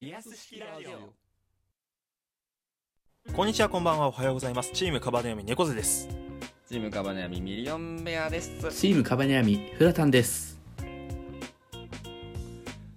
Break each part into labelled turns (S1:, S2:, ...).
S1: テラス式ラジオ
S2: こんにちは、こんばんは、おはようございます。チームカバネヨミ猫背です。
S3: チームカバネアミミリオンベアです。
S4: チームカバネアミフラタンです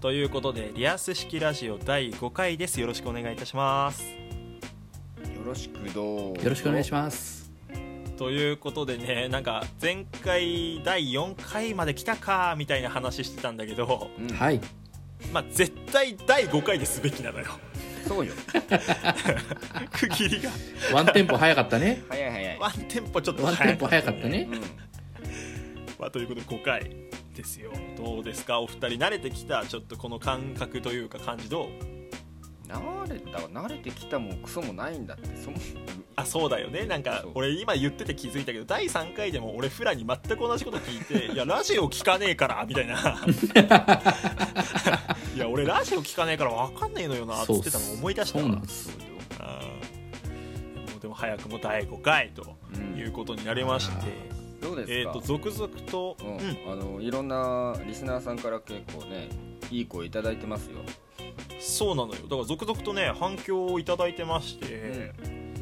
S2: ということで、リアス式ラジオ第5回です。よろしくお願いいたします。
S3: よろしくどうぞ
S4: よろしくお願いします
S2: ということでね、なんか前回第4回まで来たかみたいな話してたんだけど、
S3: うん
S4: はい
S2: まあ絶対第5回ですべき なのよ。
S3: そうよ。
S2: 区切りが。
S4: ワンテンポ早かったね
S3: 早い早い。
S2: ワンテンポちょっと
S4: ワンテンポ早かったね
S3: うん。
S2: まあということで5回ですよ。どうですかお二人慣れてきた、ちょっとこの感覚というか感じどう
S3: 慣れたわ慣れてきたもクソもないんだってそも
S2: あそうだよねなんか
S3: そう
S2: 俺今言ってて気づいたけど第3回でも俺フラに全く同じこと聞いて「いやラジオ聞かねえから」みたいな「いや俺ラジオ聞かねえから分かんねえのよな」っつってたの思い出したわ
S4: そうなんです
S2: あーもうでも早くも第5回と
S3: うん
S2: いうことになりまして、
S3: どうです
S2: え
S3: か。
S2: ー、と続々と、
S3: うん
S2: うん
S3: あのいろんなリスナーさんから結構ねいい声いただいてますよ。
S2: そうなのよだから続々とね反響をいただいてまして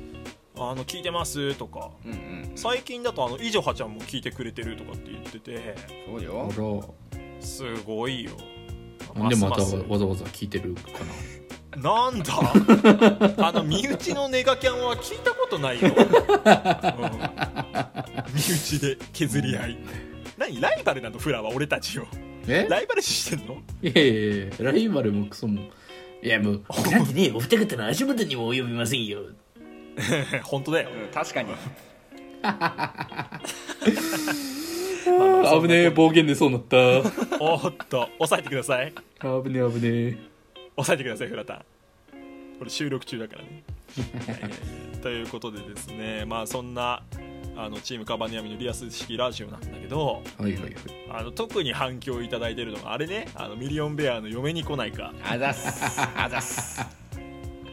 S2: 「あの聞いてます」とか
S3: うんうん。そ
S2: 最近だとあの「以上はちゃんも聞いてくれてる」とかって言ってて。
S3: うよ。
S4: ほ
S2: すごいよ。
S4: らなんでまた
S2: す
S4: わざわざ聞いてるか
S2: なん だあの身内のネガキャンは聞いたことない よ、うん身内で削り合い何ライバルなのフラは俺たちを
S4: なえ
S2: ライバル視してんの
S4: いやいやいやライバルもクソもいやもう
S5: なんてね、お二方の足元にも及びませんよ。
S2: 本当だよ
S3: うん確かに。
S4: 危ねえ暴言でそうなった
S2: おっと押さえてください
S4: 危ねえ危ね
S2: 押さえてくださいフラタンこれ収録中だから ねいやいやいやということでですねまあそんなあのチームカバニアミのリアス式ラジオなんだけど
S4: えはいはいはい
S2: あの特に反響いただいてるのがあれねあのミリオンベアの嫁に来ないか
S3: あざっす。あざっす。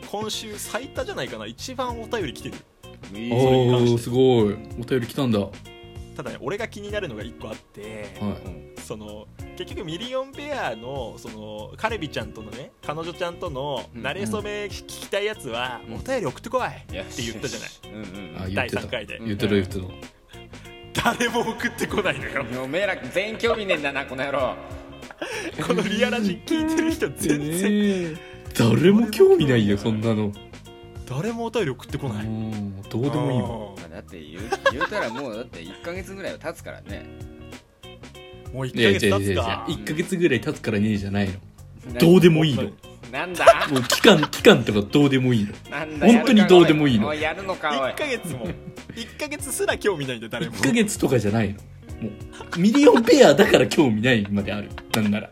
S2: 今週最多じゃないかな一番お便り来てる
S3: いい
S4: お
S3: それに関
S4: お
S3: し
S4: ー
S3: て
S4: すごいお便り来たんだは
S2: ただね俺が気になるのが1個あって、
S3: う
S4: い
S3: ん
S2: その結局ミリオンベアのそのカレビちゃんとのね彼女ちゃんとの
S3: うん
S2: 慣れ初め聞きたいやつは、
S3: うん
S2: お便り送ってこい、
S3: よ
S2: っ
S3: して
S2: 言ったじゃない
S3: よしうんうん
S4: あ
S3: うん。
S4: 言って
S2: 第
S4: た
S2: 3回で、
S4: 言ってる言ってた
S2: 誰も送ってこないのよ
S3: おめえら全員興味ねえんだなこの野郎。
S2: このリアラジ聞いてる人全然、
S4: ね 誰も興味ないよそんなの
S2: 誰もお便り送ってこない、
S4: もうどうでもいいわ
S2: あ
S3: まあだって言う 言うたらもうだって1ヶ月ぐらいは経つからね
S2: ーもう1
S4: いや
S2: ヶ
S4: いや
S2: 月経つ
S4: いやいやいや
S2: か
S4: 1ヶ月ぐらい経つからねえじゃないの
S3: な
S4: どうでもいいのも
S3: なん だ
S4: う期間期間とかどうでもいいの
S3: なんだ
S4: 本当に
S3: やるか
S4: どうでもいいの
S3: おやるのかおい
S2: 1ヶ月も1ヶ月すら興味ないんだよ誰も
S4: 1ヶ月とかじゃないのもうミリオンペアだから興味ないまであるなんなら
S3: よ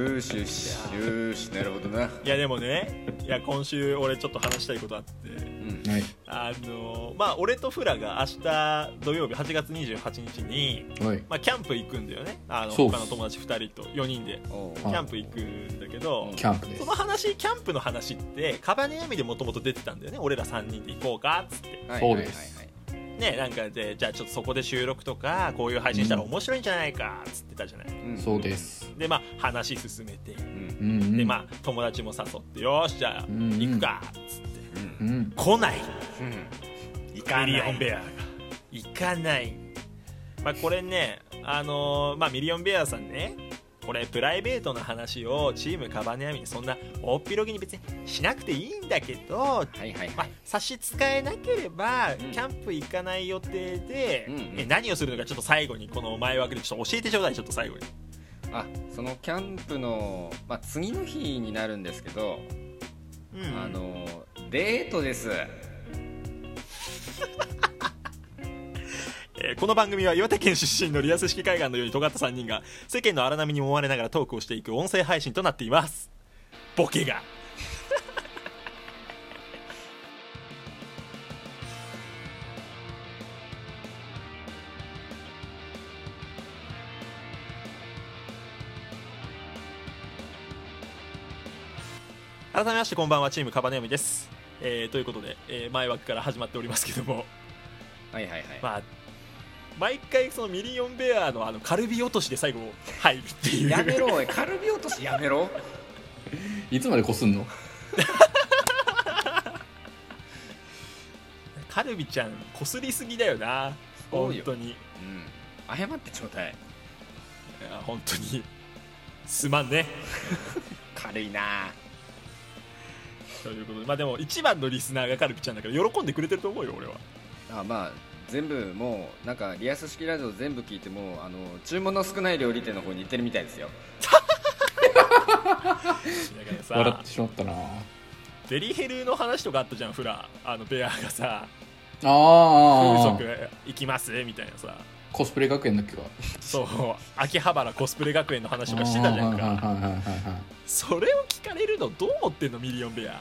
S3: ーしよしよーしなるほどない
S2: やでもねいや今週俺ちょっと話したいことあって
S3: うん
S4: はい
S2: あのまあ俺とフラが明日土曜日8月28日に、
S4: はい
S2: まあ、キャンプ行くんだよねあの
S4: そうっす
S2: 他の友達2人と4人で
S3: おう
S2: キャンプ行くんだけど
S4: キャンプで
S2: その話キャンプの話ってカバネヤミでもともと出てたんだよね俺ら3人で行こうかっつって
S3: はい
S4: そうです
S3: はい
S2: ねなんかでじゃあちょっとそこで収録とかこういう配信したら面白いんじゃないかっつってたじゃない、
S3: はいはい
S4: そうです
S2: でまあ話進めて
S3: うん
S4: うんうん
S2: でまあ友達も誘ってよーしじゃあ
S4: うんうん
S2: 行くかっつって
S3: うん
S4: うん
S2: 来ない
S3: うん
S2: 行かないミリオンベアが行かない、まあ、これねあのーまあミリオンベアさんねこれプライベートな話をチームカバネアミにそんな大っ広げに別にしなくていいんだけど、
S3: はいはい
S2: ま
S3: は
S2: あ
S3: い、
S2: 差し支えなければ
S3: うん
S2: キャンプ行かない予定で、
S3: うんうん
S2: え何をするのかちょっと最後にこの前枠でちょっと教えてちょうだいちょっと最後に
S3: あそのキャンプの、まあ、次の日になるんですけど、
S2: うん
S3: あのデートです
S2: えーこの番組は岩手県出身のリアス式海岸のように尖った3人が世間の荒波に揉まれながらトークをしていく音声配信となっていますボケが改めましてこんばんはチームカバネオミです、えーということで、えー前枠から始まっておりますけども
S3: はいはいはい、
S2: まあ、毎回そのミリオンベアのあのカルビ落としで最後入るっていう
S3: やめろおいカルビ落としやめろ
S4: いつまでこすんの
S2: カルビちゃんこすりすぎだよな
S3: ご
S2: 本
S3: いよ
S2: 当にい
S3: うん謝ってちょうだい
S2: や本当にすまんね
S3: 軽いな
S2: ということでまあでも一番のリスナーがカルビちゃんだから喜んでくれてると思うよ俺は
S3: あまあ全部もうなんかリアス式ラジオ全部聞いてもあの注文の少ない料理店の方に行ってるみたいですよ
S2: だから
S4: 笑
S2: さ
S4: ってしまったなあ
S2: デリヘルの話とかあったじゃんフラあのベアがさ風
S4: あ
S2: 俗行きますみたいなさ
S4: コスプレ学園だっけか
S2: そう秋葉原コスプレ学園の話とかしてたじゃん
S4: あ
S2: か
S4: ーはいはいはいはいはい
S2: それを聞かれるのどう思ってんのミリオンベア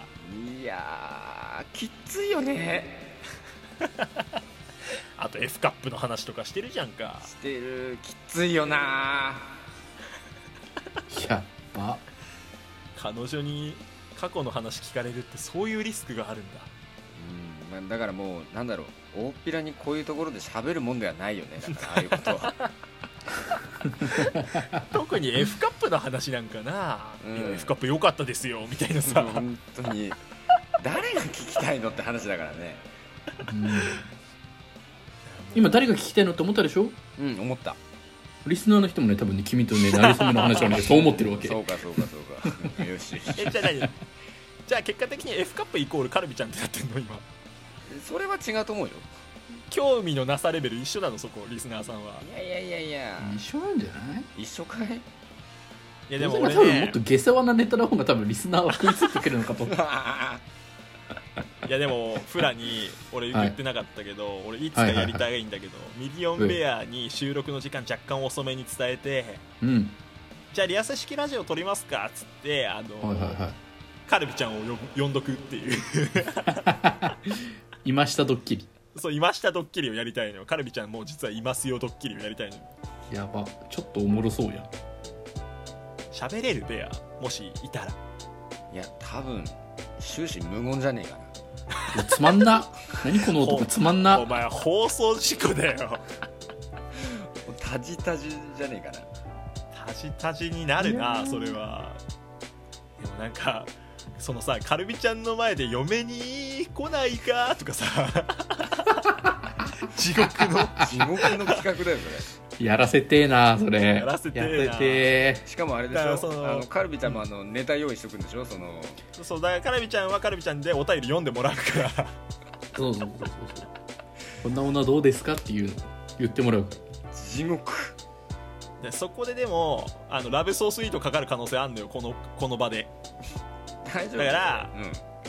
S3: いやーきっついよね
S2: あと F カップの話とかしてるじゃんか
S3: してるきっついよな
S4: やっば
S2: 彼女に過去の話聞かれるってそういうリスクがあるんだ
S3: うんまあだからもうなんだろう大っぴらにこういうところで喋るもんではないよねだからああいうこと は
S2: 特に F カップの話なんかな、
S3: うん
S2: いや F カップ良かったですよみたいなさ、
S3: 本当に誰が聞きたいのって話だからね
S4: うん今誰が聞きたいのって思ったでしょ
S3: うん思った
S4: リスナーの人もね多分ね君とねなりそめの話をねそう思って るわけ
S3: そうかそうかそうかよしよし
S2: えじゃあ何じゃあ結果的に F カップイコールカルビちゃんってなってんの今
S3: それは違うと思うよ
S2: 興味のなさレベル一緒なのそこリスナーさんはい
S3: やいやいやいや
S4: 一緒なんじゃない
S3: 一緒かい
S2: いやでも俺
S4: 多分も
S2: ね
S4: っと下世話なネタの方が多分リスナーは食いついてくるのかと
S2: いやでもフラに俺
S4: はい
S2: 言ってなかったけど、俺いつかやりたいんだけど、ミリオンベアに収録の時間若干遅めに伝えて、
S4: うん
S2: じゃあリアス式ラジオ撮りますかっつってあの、
S4: はいはいはい
S2: カルビちゃんを呼ぶ呼んどくっていう
S4: いましたドッキリ
S2: そういましたドッキリをやりたいのよカルビちゃんもう実はいますよドッキリをやりたいのよ
S4: やばちょっとおもろそうや
S2: 喋れるベアもしいたら
S3: いや多分終始無言じゃねえかな
S4: つまんな何この男つま
S2: お
S4: んな
S2: 前放送事故だよ
S3: タジタジじゃねえかな
S2: タジタジになるなそれはでもなんかそのさカルビちゃんの前で嫁に来ないかとかさ 地獄の
S3: 地獄の企画だよそ
S4: やらせてえなそれ
S2: やらせてえな
S4: やらせて
S3: れしかもあれで
S2: だから
S3: し
S2: そ
S3: ょ
S2: の
S3: あのカルビちゃんもあのネタ用意しとくんでしょその
S2: そうだからカルビちゃんはカルビちゃんでお便り読んでもらうから
S4: そうそうそうそうそうこんな女どうですかっていうの言ってもらう
S3: 地獄
S2: でそこででもあのラブソースイートかかる可能性あんのよこのこの場で
S3: 大丈夫
S2: だから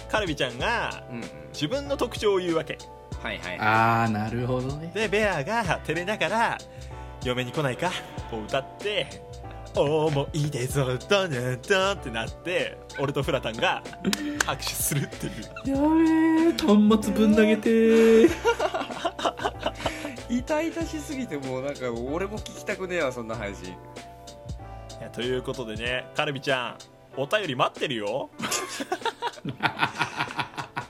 S3: う
S2: カルビちゃんが
S3: んうんうん
S2: 自分の特徴を言うわけ
S3: はいはい
S4: ああなるほどね
S2: でベアが照れながら「嫁に来ないか?」を歌って「思い出ぞだねだ」ってなって俺とフラタンが拍手するっていう
S4: やべえ端末ぶん投げてー
S3: 痛々しすぎてもうなんか俺も聞きたくねえわそんな配信
S2: いやということでねカルビちゃんお便り待ってるよ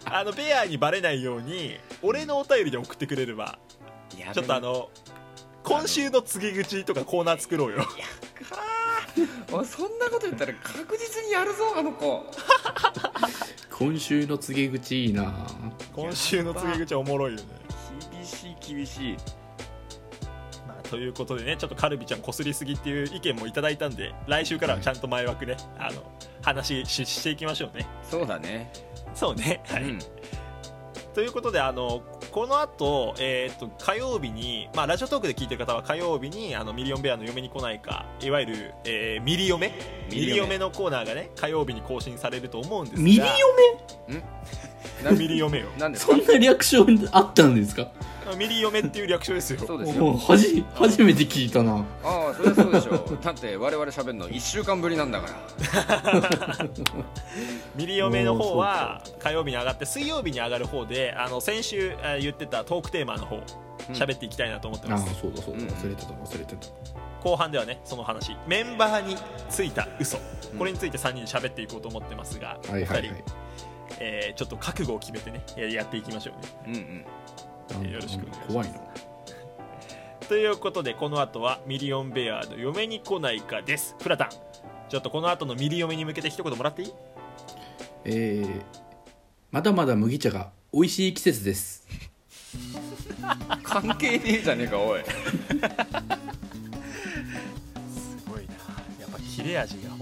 S2: あのベアにバレないように俺のお便りで送ってくれれば
S3: やべ
S2: ちょっとあの今週の告げ口とかコーナー作ろうよ
S3: おいそんなこと言ったら確実にやるぞあの子
S4: 今週の告げ口いいな
S2: 今週の告げ口はおもろいよね、
S3: 厳しい厳しい
S2: まあ、ということでねちょっとカルビちゃんこすりすぎっていう意見もいただいたんで来週からはちゃんと前枠ねあの話ししていきましょうね
S3: そうだね
S2: そうねはい、
S3: うん
S2: ということであのこの後、えー、と火曜日に、まあ、ラジオトークで聞いてる方は火曜日にあのミリオンベアの嫁に来ないかいわゆる、えーミリ嫁
S3: ミ
S2: ミ
S3: リ嫁
S2: リ嫁のコーナーがね火曜日に更新されると思うんですが
S4: ミリ嫁
S3: な
S2: ミリ嫁よ
S3: なんです
S4: そ
S3: か
S4: んな略称あったんですか
S2: ミリ嫁っていう略称ですよ
S3: そうですよ
S4: おうはじ初めて聞いたな
S3: ああそれはそうでしょだって我々喋るの1週間ぶりなんだから
S2: ミリオメの方は火曜日に上がって水曜日に上がる方であの先週えー言ってたトークテーマの方喋っていきたいなと思って
S4: ああ
S2: ます、
S4: そうだそうだ
S3: うん
S4: 忘れてた忘れてた
S2: 後半ではねその話メンバーについた嘘これについて3人で喋っていこうと思ってますが、
S4: はいはい
S2: 二
S4: はい
S2: 人、えーちょっと覚悟を決めてねややっていきましょうね
S3: うんうん
S4: なんだ
S2: よろしくお願いします
S4: 怖いな
S2: ということでこの後はミリオンベアの嫁に来ないかですフラタンちょっちょっとこの後のミリオメに向けて一言もらっていい
S4: えー、まだまだ麦茶が美味しい季節です。
S3: 関係ねえじゃねえかおい
S2: すごいなやっぱ切れ味が